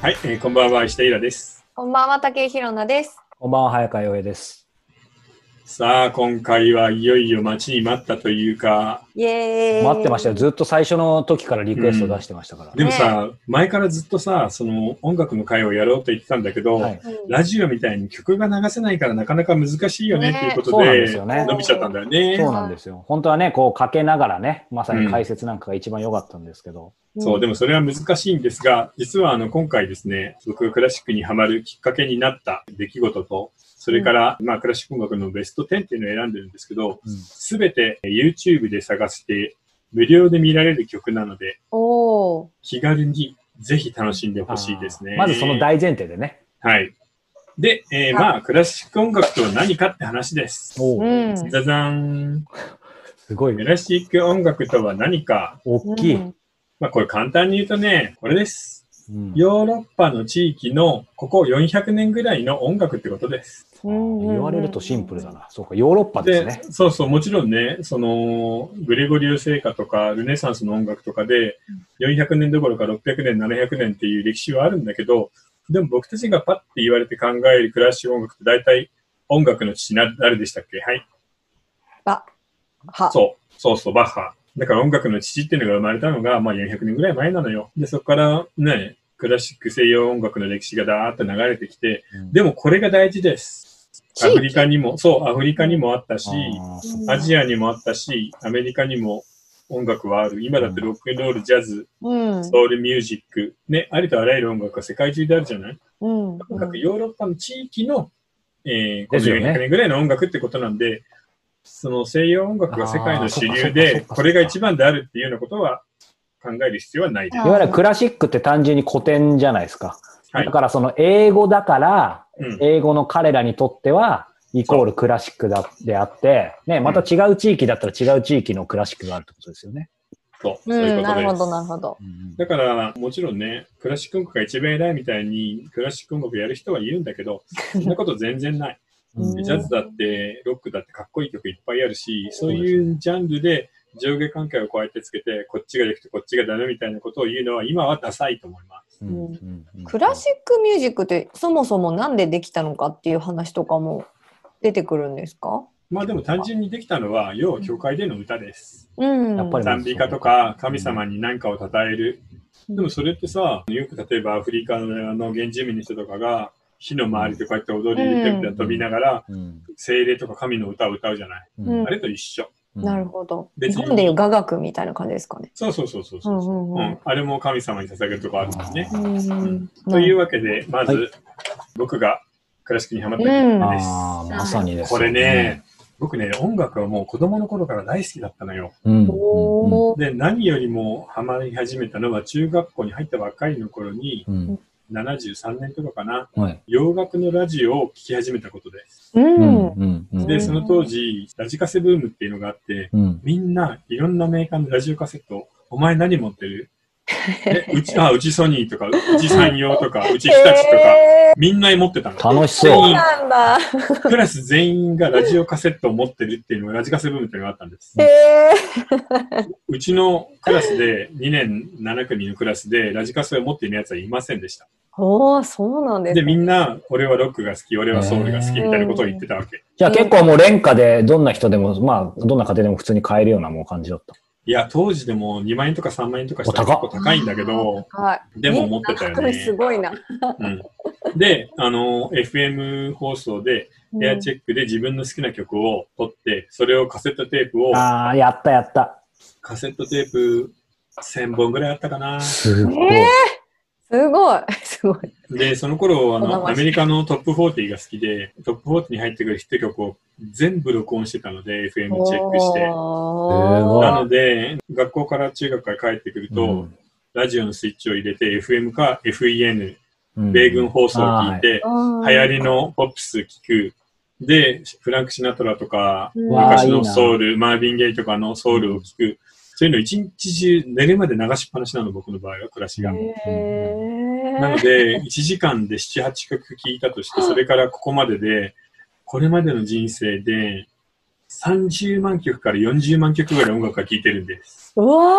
はい、えーこんばんは、石田イラです。こんばんは、竹井ひろなです。こんばんは、早川洋平です。さあ、今回はいよいよ待ちに待ったというか、イエーイ。待ってましたよ。。ずっと最初の時からリクエスト出してましたから。でもさ、前からずっとさ、その音楽の会をやろうと言ってたんだけど、はい、うんラジオみたいに曲が流せないからなかなか難しいよねっていうことそうなんで、ですよね伸びちゃったんだよね。そうなんですよ。本当はね、こうかけながらね、まさに解説なんかが一番良かったんですけど。そう、でもそれは難しいんですが、実はあの今回ですね、僕がクラシックにハマるきっかけになった出来事と、それから、まあクラシック音楽のベスト10っていうのを選んでるんですけど、うんすべて YouTube で探して、無料で見られる曲なので、おお。気軽にぜひ楽しんでほしいですね。まずその大前提でね。はい。で、えーはいまあクラシック音楽とは何かって話です。おうーん。ザザーン。すごいクラシック音楽とは何か。大きい。うんまあこれ簡単に言うとね、これです。うんヨーロッパの地域のここ400年ぐらいの音楽ってことです。あー言われるとシンプルだ。な。そうか、ヨーロッパですね。そうそう、もちろんね、その、グレゴリオ聖歌とか、ルネサンスの音楽とかで、400年どころか600年、700年っていう歴史はあるんだけど、でも僕たちがパッて言われて考えるクラシック音楽って大体音楽の父な、誰でしたっけはい。ば。は。そう、そうそう、バッハ。だから音楽の父っていうのが生まれたのが、まあ400年ぐらい前なのよ。で、そこからね、クラシック西洋音楽の歴史がだーっと流れてきて、うんでもこれが大事です。地ア域フリカにも、そう、アフリカにもあったし、あーうそんアジアにもあったし、アメリカにも音楽はある。今だってロックンロール、ジャズ、うん。ソウルミュージック、ね、ありとあらゆる音楽が世界中であるじゃないうん。とにかくヨーロッパの地域の、えー、こでのすよね400年ぐらいの音楽ってことなんで、その西洋音楽が世界の主流あーそっかそっかそっで、かこれが一番であるっていうようなことは考える必要はないです。いわゆるクラシックって単純に古典じゃないですか。はいだからその英語だから、うん英語の彼らにとっては、イコールクラシックだであって、ね、また違う地域だったら違う地域のクラシックがあるってことですよね。そう、そうういうことでん。す。なるほど、なるほど。だから、もちろんね、クラシック音楽が一番偉いみたいに、クラシック音楽やる人はいるんだけど、そんなこと全然ない。うんジャズだって、ロックだってかっこいい曲いっぱいあるし、そういうジャンルで上下関係をこうやってつけて、こっちが良くてこっちがダメみたいなことを言うのは、今はダサいと思います。クラシックミュージックってそもそもなんでできたのかっていう話とかも出てくるんですかまあでも単純にできたのは、要は教会での歌です。うん。やっぱり賛美歌とか神様に何かを称える。でもそれってさ、よく例えばアフリカのあの原住民の人とかが、火の周りでこうやって踊り、うんテンペラ飛びながら、うん精霊とか神の歌を歌うじゃない。うんあれと一緒。なるほど。別日に本でいう雅楽みたいな感じですかね。そうそうそうそううそんううそう、うんうんん。あれも神様に捧げるとこあるんですね。うんというわけで、まず、は僕がクラシックにハマったきっうんかけああ、まさにでです。す。これね、、僕ね、音楽はもう子供の頃から大好きだったのよ。うん。おお。で、何よりもハマり始めたのは中学校に入ったばっかりの頃に、うん73年とかかな、はい洋楽のラジオを聴き始めたことです。う。うんんうんで、その当時、ラジカセブームっていうのがあって、うんみんないろんなメーカーのラジオカセット、お前何持ってるえうち、あ、うちソニーとか、うち三洋とか、うち日立とか、えみんな持ってたの。楽しそそうう。なんだ。クラス全員がラジオカセットを持ってるっていうのが、ラジカセブームっていうのがあったんです。えうちのクラスで、2年7組のクラスで、ラジカセを持っているやつはいませんでした。おお、そうなんですで、ね。みんな、俺はロックが好き、俺はソウルが好きみたいなことを言ってたわけ。じゃあ結構もう廉価で、どんな人でも、まあ、どんな家庭でも普通に買えるようなもう感じだった。いや、当時でも2万円とか3万円とかしたらお結高構っ高いんだけど、はい。でも持ってたよね。すごいな。うんで、あの、FM 放送で、エアチェェックで自分の好きな曲を撮って、それをカセットテープを、ああ、やったやった。カセットテープ1000本ぐらいあったかな。すごい。えー、すごい。すごい。で、その頃、あこだの、わアりメリカのトップ40が好きで、トップ40に入ってくるヒット曲を全部録音してたので、FM チェックして。ーななので、学校から中学から帰ってくると、うんラジオのスイッチを入れて、FM か FEN、うん米軍放送を聞いて、流行りのポップス聞く。で、フランク・シナトラとか、うんわあ昔いいのなソウル、マーヴィン・ゲイとかのソウルを聞く。そういうの一日中寝るまで流しっぱなしなの、僕の場合は、暮らしが。うんなので、1時間で7、8曲聴いたとして、それからここまでで、これまでの人生で、 30万曲から40万曲ぐらい音楽が聴いてるんです。うわ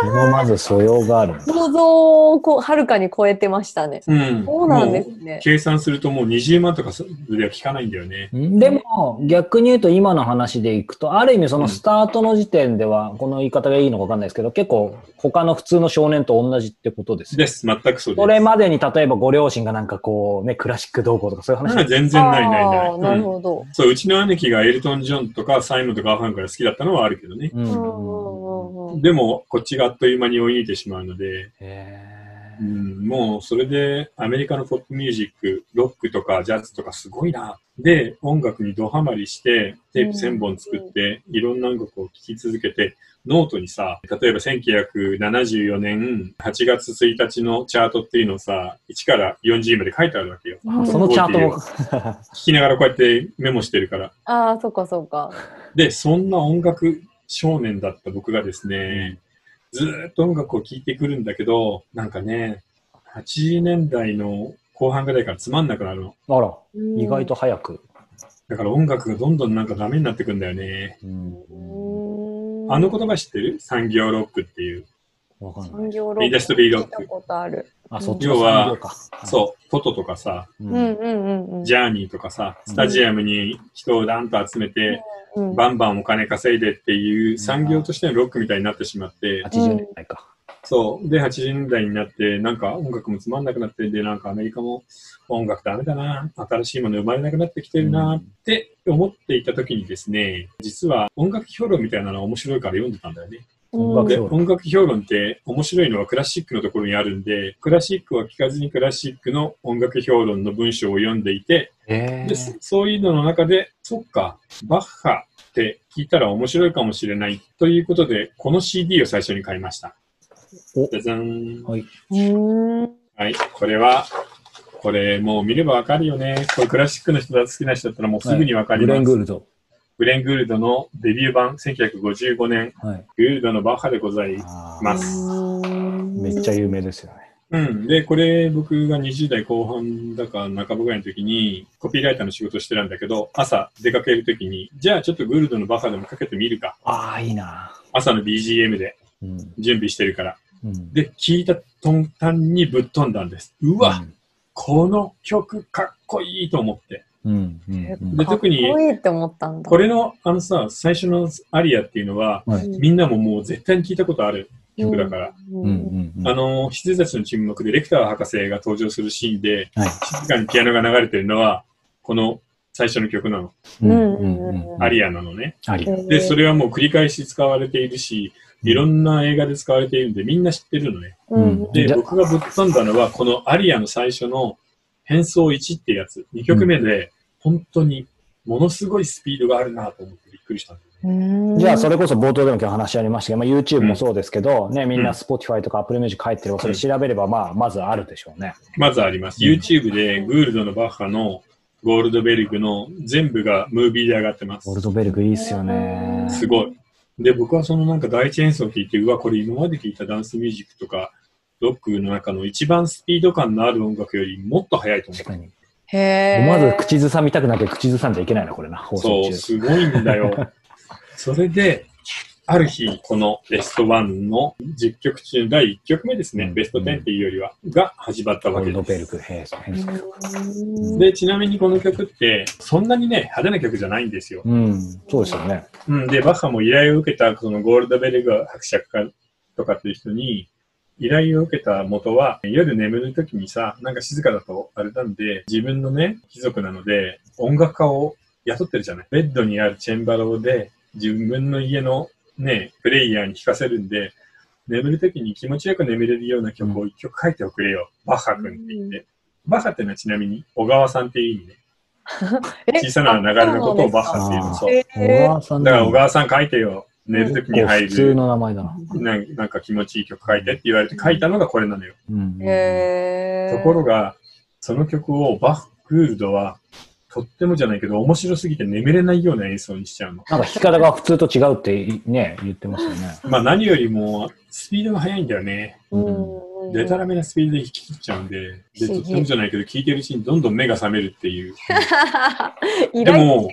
そのまず素養があるんー、だ。想像をこうはるかに超えてましたね。うん。そうなんですもねう。計算するともう20万とかそれは聴かないんだよね。でも、逆に言うと今の話でいくと、ある意味そのスタートの時点では、この言い方がいいのかわかんないですけど、結構他の普通の少年と同じってことですでね。す。全くそうです。それまでに例えばご両親がなんかこうね、クラシック動向とかそういう話うん全然ないないない。あーなるうんほど。そう、うちの兄貴がエルトン・ジョンとかサイモンとかアファンから好きだったのはあるけどね。うんうんうんうんうんでも、こっちがあっという間に追い抜いてしまうので、へうーん、もうそれでアメリカのポップミュージック、ロックとかジャズとかすごいな。で、音楽にドハマりして、テープ1000本作って、いろんな音楽を聴き続けて、ノートにさ、例えば1974年8月1日のチャートっていうのをさ、1から40まで書いてあるわけよ。うんそのチャートも。聞きながらこうやってメモしてるから。ああ、そっかそっか。で、そんな音楽少年だった僕がですね、ずーっと音楽を聴いてくるんだけど、なんかね、80年代の後半ぐらいからつまんなくなるの。あら、うん意外と。早く。だから音楽がどんどんなんかダメになってくんだよね。うんあの言葉知ってる産業ロックっていう。わかんない。産業ロック。インダストリーロック聞いたことある。あ、そっちの産業か。そう、トトとかさ、う。うんんうんうんうん。ジゃャーニーとかさ、スタジアムに人をダンと集めて、うん、バンバンお金稼いでっていう産業としてのロックみたいになってしまって、 80年代か。そう。で、80年代になって、なんか音楽もつまんなくなって、で、なんかアメリカも音楽ダメだな、新しいもの生まれなくなってきてるなって思っていた時にですね、実は音楽評論みたいなのは面白いから読んでたんだよね。うん音楽で、評論音楽評論って面白いのはクラシックのところにあるんで、クラシックは聞かずにクラシックの音楽評論の文章を読んでいて、へでそそういうのの中で、そっか、バッハって聞いたら面白いかもしれないということで、この CD を最初に買いました。おじゃじゃん。はい。うんはい、これは、これもう見ればわかるよね。これクラシックの人だ好きな人だったらもうすぐにわかりグます。レン・グールド。グレン・グールドのデビュー版1955年、はい。グールドのバッハでございあーまうんめっちゃ有名ですよね。うん。で、これ僕が20代後半だか半ばぐらいの時にコピーライターの仕事してたんだけど、朝出かける時に、じゃあちょっとグールドのバッハでもかけてみるか。ああ、いいな。朝の BGM でうん。準備してるから。うん、で、聞いた途端にぶっ飛んだんです。うわ、この曲かっこいいと思って。うん。うん。うんで特にかっこいいって思ったんだ。これの、あのさ、最初のアリアっていうのは、はうい。んみんなももう絶対に聞いたことある曲だから。。うん。ううんん。うんあ、の、羊たちの沈黙でレクター博士が登場するシーンで、はい。静かにピアノが流れてるのは、この最初の曲なの。ううんん。ううんうんん。うん。アリアなのね。あり。で、それはもう繰り返し使われているし、いろんな映画で使われているんで、みんな知ってるのね。うんうんでじ、ゃ僕がぶっ飛んだのは、このアリアの最初の変奏1ってやつ、2曲目で、本当にものすごいスピードがあるなと思ってびっくりしたんだよね。うんじゃあ、それこそ冒頭でも今日話ありましたけど、まあ、YouTube もそうですけど、ね、みんな Spotify とか Apple Music 入ってれば、それ調べれば、まあ、まずあるでしょうね。まずあります。うん YouTube でグールドのバッハのゴールドベルグの全部がムービーで上がってますゴー。ルドベルグいいっすよね。すごい。で、僕はそのなんか第一演奏を聞いて、うわ、これ今まで聞いたダンスミュージックとか、ロックの中の一番スピード感のある音楽よりもっと速いと思確かに。へえ。思わず口ずさみたくなきゃ口ずさんじゃいけないな、これな、放う。送そう、中。すごいんだ よ。それで、ある日、このベストワンの10曲中の第1曲目ですね、うんベスト10っていうよりは、が始まったゴわーけルドでベルす。グ、へえ、変則。うんで、ちなみにこの曲って、そんなにね、派手な曲じゃないんですよ。うん、そうですよね。うん、で、バッハも依頼を受けた、そのゴールドベルグ伯爵家とかっていう人に、依頼を受けた元は、夜眠る時にさ、なんか静かだとあれなんで、自分のね、貴族なので、音楽家を雇ってるじゃない。ベッドにあるチェンバロで、自分の家のね、プレイヤーに聴かせるんで、眠る時に気持ちよく眠れるような曲を一曲書いておくれよ。バッハ君って言って。バッハってのはちなみに、小川さんっていう意味ね。小さな流れのことをバッハっていうの。あそう。え小え川さんだからの小川さん書いてよ。寝るときに結構入普通るの名前だな。な。なんか気持ちいい曲書いてって言われて書いたのがこれなのよ。うん。へところが、が、その曲をバッフ・グールドは、とってもじゃないけど、面白すぎて眠れないような演奏にしちゃうの。なんか弾き方が普通と違うっていね、言ってますよね。まあ何よりも、スピードが速いんだよね。うんうんでたらめなスピードで弾き切っちゃうんで、で、不と思議ってもじゃないけど、聞いてるうちにどんどん目が覚めるっていう。 依で頼違も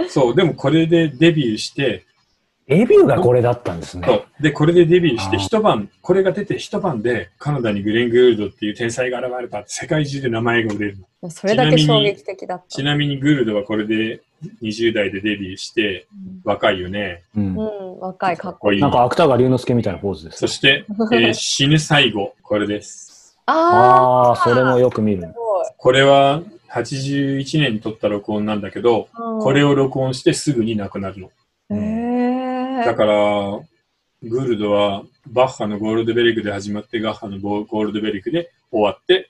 う。、そう、でもこれでデビューして、デビューがこれだったんですそね。う、で、これでデビューして、あー一晩、これが出て一晩で、カナダにグレン・グールドっていう天才が現れたって、世界中で名前が売れるの。もうそれだけ衝撃的だっちた。なみにグールドはこれで20代でデビューして、若いよね。うんう。ん、若い、かっこいい。こいい。なんか芥川龍之介みたいなポーズですそ。 して、えー死ぬ最後、これです。ああ、ああ、それもよく見るす。ごい。これは81年に撮った録音なんだけど、これを。を録音してすぐに亡くなるの。へえだから、グールドはバッハのゴールドベルクで始まって、ガッハのゴールドベルクで終わって、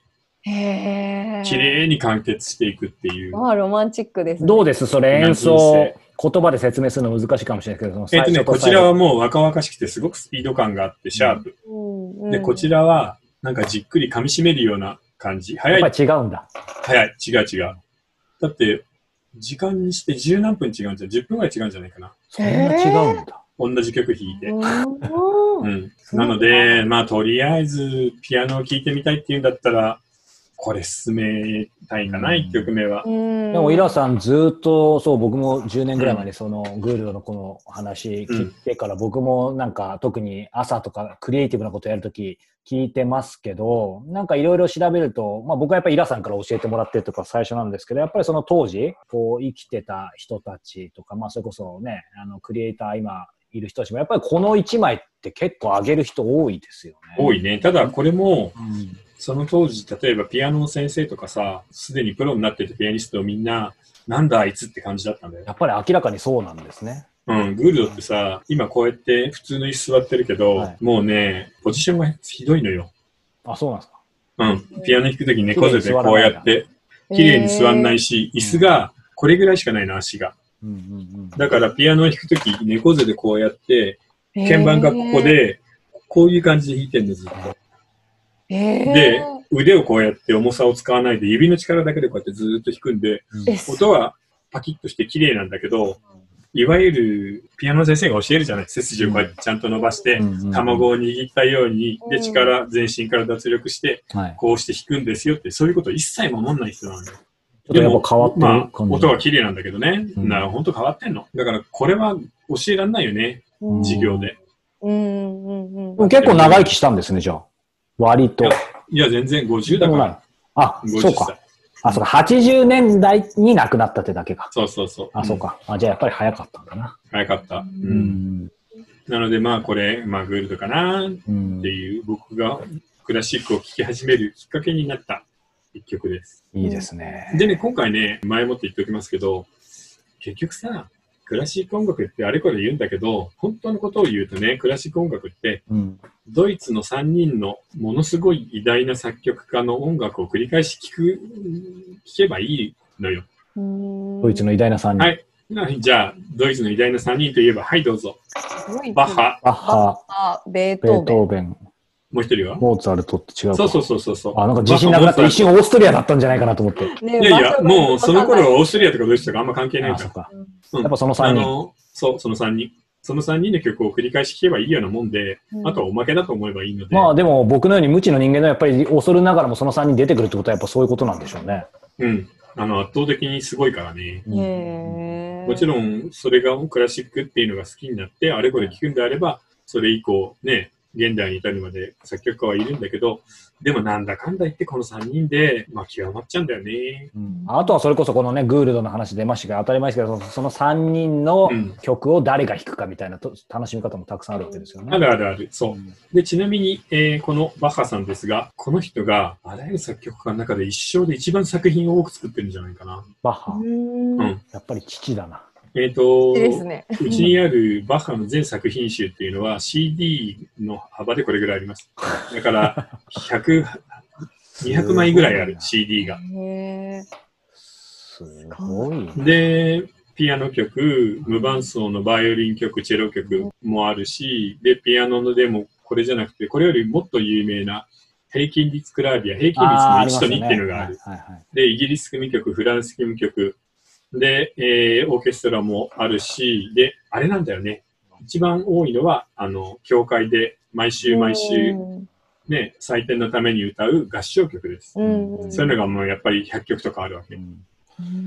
へえ。綺麗に完結していくっていう。まあ、ロマンチックです、ね。どうですそれ演なん奏か、言葉で説明するの難しいかもしれないですけど、そえの最っとね、初とこち最ら後はもう若々しくてすごくスピード感があって、シャープ。うんうんで、こちらはなんかじっくり噛み締めるような感じ。早やっいぱ、り違うんだ。早い。違う違う。だって、時間にして十何分違うんじゃん。10分ぐらい違うんじゃないかな。そんな違うんだ。同じ曲弾いて。ううんん。そうなかので、まあ、とりあえず、ピアノを聴いてみたいっていうんだったら、これ進めたいかな、うん一曲目は。うんでも、イラさんずっと、そう、僕も10年ぐらい前にその、グールドのこの話聞いてから、僕もなんか、特に朝とかクリエイティブなことやるとき聞いてますけど、なんかいろいろ調べると、まあ僕はやっぱりイラさんから教えてもらってとか最初なんですけど、やっぱりその当時、こう生きてた人たちとか、まあそれこそね、あの、クリエイター今いる人たちも、やっぱりこの1枚って結構上げる人多いですよね。多い。いね。ただ、これも、うん。その当時、例えばピアノの先生とかさ、すでにプロになってたピアニストをみんな、なんだあいつって感じだったんだよ。やっぱり明らかにそうなんですね。うん、グールドってさ、今こうやって普通の椅子座ってるけど、はいもうね、ポジションがひどいのよ。あ、そうなんですか。うん、ピアノ弾くとき猫背でこうやって、へー綺麗に座んないし、椅子がこれぐらいしかないの、足が。うんうんうん。だからピアノを弾くとき、猫背でこうやって、鍵盤がここ。で、こういう感じで弾いてるんですずっと。へーで、腕をこうやって重さを使わないで、指の力だけでこうやってずーっと弾くんで、うんえそう音はパキッとして綺麗なんだけど、いわゆるピアノの先生が教えるじゃない背筋をこうやってちゃんと伸ばして、卵を握ったように、で、力、全身から脱力して、はい。こうして弾くんですよって、そういうことを一切守んない人なんだよ。ちょっとやっぱ変わってるまあ、感じ。音は綺麗なんだけどね。うんな、ほんと変わってんの。だから、これは教えらんないよね、うん授業で。うんうんう。うんん結構長生きしたんですね、じゃあ。割と。いや、全然50だでもかないら。あ、 50そう歳か。。あ、そうか。80年代に亡くなったってだけか。そうそうそう。あ、そうか。あ、じゃあやっぱり早かったんだな。早かった。う。うんん。なので、まあ、これ、まあ、グールドかなっうんていう、僕がクラシックを聴き始めるきっかけになった一曲です。いいですね。でね、今回ね、前もって言っておきますけど、結局さ、クラシック音楽ってあれこれ言うんだけど、本当のことを言うとね、クラシック音楽って、うん。ドイツの3人のものすごい偉大な作曲家の音楽を繰り返し聞く、聞けばいいのよ。ドイツの。の偉大な3人。はいなじゃあ、ドイツの偉大な3人といえば、はい、どうぞ。バッ。ハ、バッハ、あ、ベーベートーベン。トーベン、もう一人はモーツァルトって違うか。そうそうそうそうそう。あ、なんか自信なくなっバた。ッハ一瞬オーストリアだったんじゃないかなと思って。ねいやいや、もうその頃は。はオーストリアとかドイツとかあんま関係ないあ、かそらう。か。うんやっぱその3あ人。の、そう、その3人。その3人の曲を繰り返し聴けばいいようなもんで、うんあとはおまけだと思えばいいので、まあでも僕のように無知の人間でもやっぱり恐るながらもその3人出てくるってことはやっぱそういうことなんでしょうね。うん。あの、圧倒的にすごいからね。うんへーもちろん、それがクラシックっていうのが好きになって、あれこれ聞くんであれば、それ以降、ね、現代に至るまで作曲家はいるんだけど、でもなんだかんだ言ってこの3人で、まあ極まっちゃうんだよね。うんあとはそれこそこのね、グールドの話出ましたけど、当たり前ですけど、そその3人のうん曲を誰が弾くかみたいなと楽しみ方もたくさんあるわけですよね。あるあるある。そうう。んで、ちなみに、えーこのバッハさんですが、この人があらゆる作曲家の中で一生で一番作品を多く作ってるんじゃないかな。バッハ、うんうん。やっぱり父だな。えっ、と、ですね。うちにあるバッハの全作品集っていうのは CD の幅でこれぐらいあります。だから、100、200枚ぐらいある CD が。へーすごいな。で、ピアノ曲、無伴奏のバイオリン曲、チェロ曲もあるし、で、ピアノのでもこれじゃなくて、これよりもっと有名な平均率クラービア、平均あーあり率ますのよ1と2ねっていうのがある。はいはいはいで、イギリス組曲、フランス組曲、で、えーオーケストラもあるし、で、あれなんだよね。一番多いのは、あの、教会で毎週毎週うんね、祭典のために歌う合唱曲です。うんうんそういうのがもうやっぱり100曲とかあるわけ。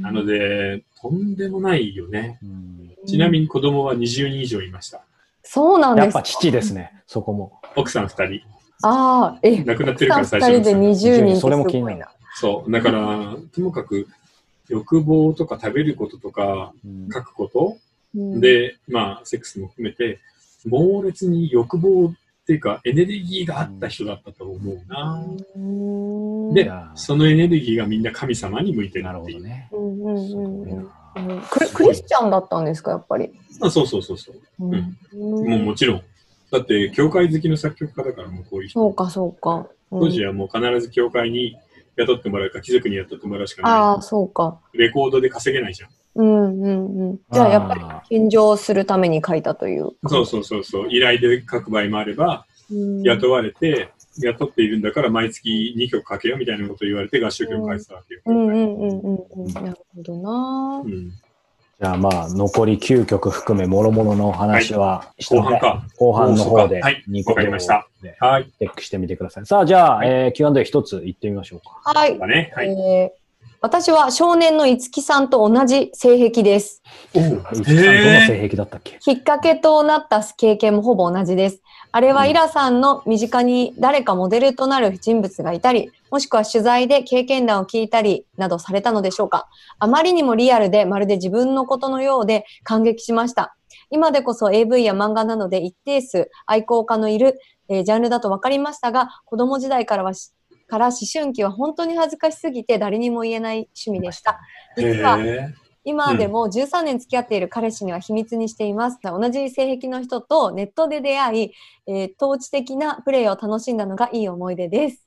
なので、とんでもないよね。うんちなみに子供は20人以上いました。そうなんやっですぱ父ですね、そこも。奥さん2ああえ人。亡くなってるか2ら最初人にで20人ってすそれもご気いにななるそう。だから、ともかく、欲望とか食べることとか、うん書くこと、うんで、まあ、セックスも含めて、猛烈に欲望っていうか、エネルギーがあった人だったと思うな。うんでいやーそのエネルギーがみんな神様に向いてるなるっほていどう。ね。うんうんうんすごいうんなうんクリクリスチャンだったんですかやっぱり。あそうそうそうそう。うんもうもちろん。だって、教会好きの作曲家だから、もうこういう人。そうかそうか。うん当時はもう必ず教会に雇ってもらうか、貴族に雇ってもらうしかあなあそうか。い。レコードで稼げないじゃん。うんうんうん。じゃあやっぱりぱ献上するために書いたという。そうそうそうそう。依頼で書く場合もあれば、うん雇われて、雇っているんだから毎月2曲書けよみたいなこと言われて合唱曲を書いてたわけよ。うんうんうんうんうん。なるほどなう。んじゃあまあ、残り9曲含め、もろもろのお話はした後ので、半か。後半の方でそうかはい2個わかりましたはい。チェックしてみてください。さあ、じゃあ、はいえー Q&A1 ついってみましょうか。はいだ。ね。はい。えー私は少年の五木さんと同じ性癖です。お五木さんとのへえ。性癖だったっけ、きっかけとなった経験もほぼ同じです。あれはイラさんの身近に誰かモデルとなる人物がいたり、もしくは取材で経験談を聞いたりなどされたのでしょうか。あまりにもリアルでまるで自分のことのようで感激しました。今でこそ AV や漫画などで一定数愛好家のいる、えージャンルだと分かりましたが、子供時代からはしから思春期は本当に恥ずかしすぎて誰にも言えない趣味でした。実はへ今でも13年付き合っている彼氏には秘密にしています。同じ性癖の人とネットで出会い、えー、統治的なプレイを楽しんだのがいい思い出です。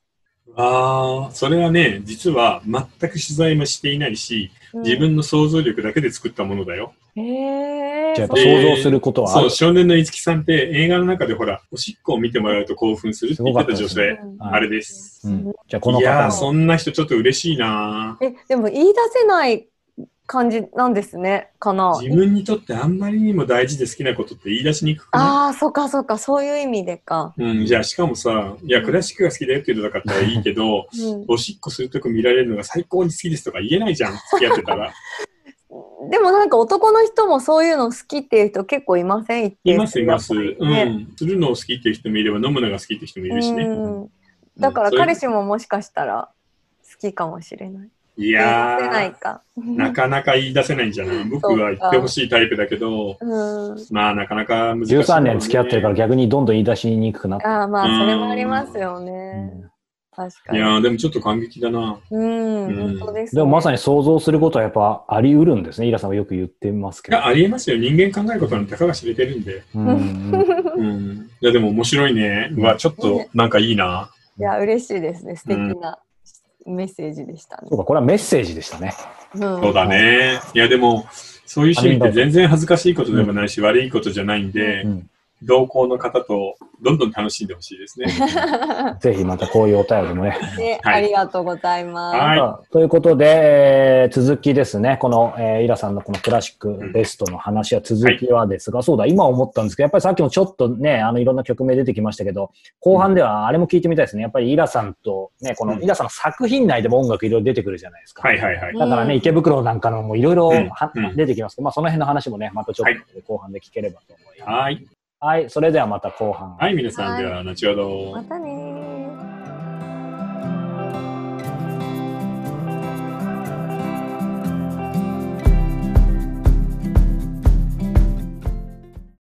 ああ、それはね、実は全く取材もしていないし、うん自分の想像力だけで作ったものだよ。へーじゃあ、やっぱそう想像することはあそるう、。少年の五木さんって映画の中でほら、おしっこを見てもらうと興奮するって言ってた女すごか性、うんはいあれです。うんじゃあ、このいや方ー、もそんな人ちょっと嬉しいなえでも言い出せない感じなんですねかな自分にとってあんまりにも大事で好きなことって言い出しにくくないああそっかそっかそういう意味でか、うん、じゃあしかもさ、いや、クラシックが好きだよっていうのだったらいいけど、うんおしっこするとこ見られるのが最高に好きですとか言えないじ ゃん、付き合ってたら。でもなんか男の人もそういうの好きっていう人結構いませんいます、います。ねうん。するのを好きっていう人もいれば、飲むのが好きっていう人もいるしね。うんだからうんそれ彼氏ももしかしたら好きかもしれない。い言い出せなやいか。ー、なかなか言い出せないんじゃない僕は言ってほしいタイプだけど、うん。まあ、なかなか難しい、 13年付き合ってるから逆にどんどん言い出しにくくなって。ああまうんあそれもありますようね。ん確かいに。やー、でもちょっと感激だな。うん、うん本当です、ね。でもまさに想像することはやっぱあり得るんですね。イラさんはよく言ってますいけどや、。ありえますよ。人間考えることなんてたかが知れてるん で。うんうんうん。いや、でも面白いね。うわ、ちょっと、なんかいいな。いや嬉しいですね。素敵なメッセージでしたねそう。か、これはメッセージでしたね。うん。そうだね。いや、でも、そういう趣味って全然恥ずかしいことでもないし、悪いことじゃないんでう、ん同行の方とどんどん楽しんでほしいですね。ぜひまたこういうお便りもね。ではいありがとうございます。はいということで、えー続きですね、この、えーイラさんのこのクラシックベストの話は続きはですが、そうだ、今思ったんですけど、やっぱりさっきもちょっとね、あの、いろんな曲名出てきましたけど、後半ではあれも聞いてみたいですね。やっぱりイラさんと、ね、こうのんイラさんの作品内でも音楽いろいろ出てくるじゃないですか。はいはいはい。だからね、うん池袋なんかのもいろいろはうんうん出てきますけど、まあその辺の話もね、またちょっと後半で聞ければと思います。はい。はい、それではまた後半。はい、皆さん、はいでは、後ほど。またねー。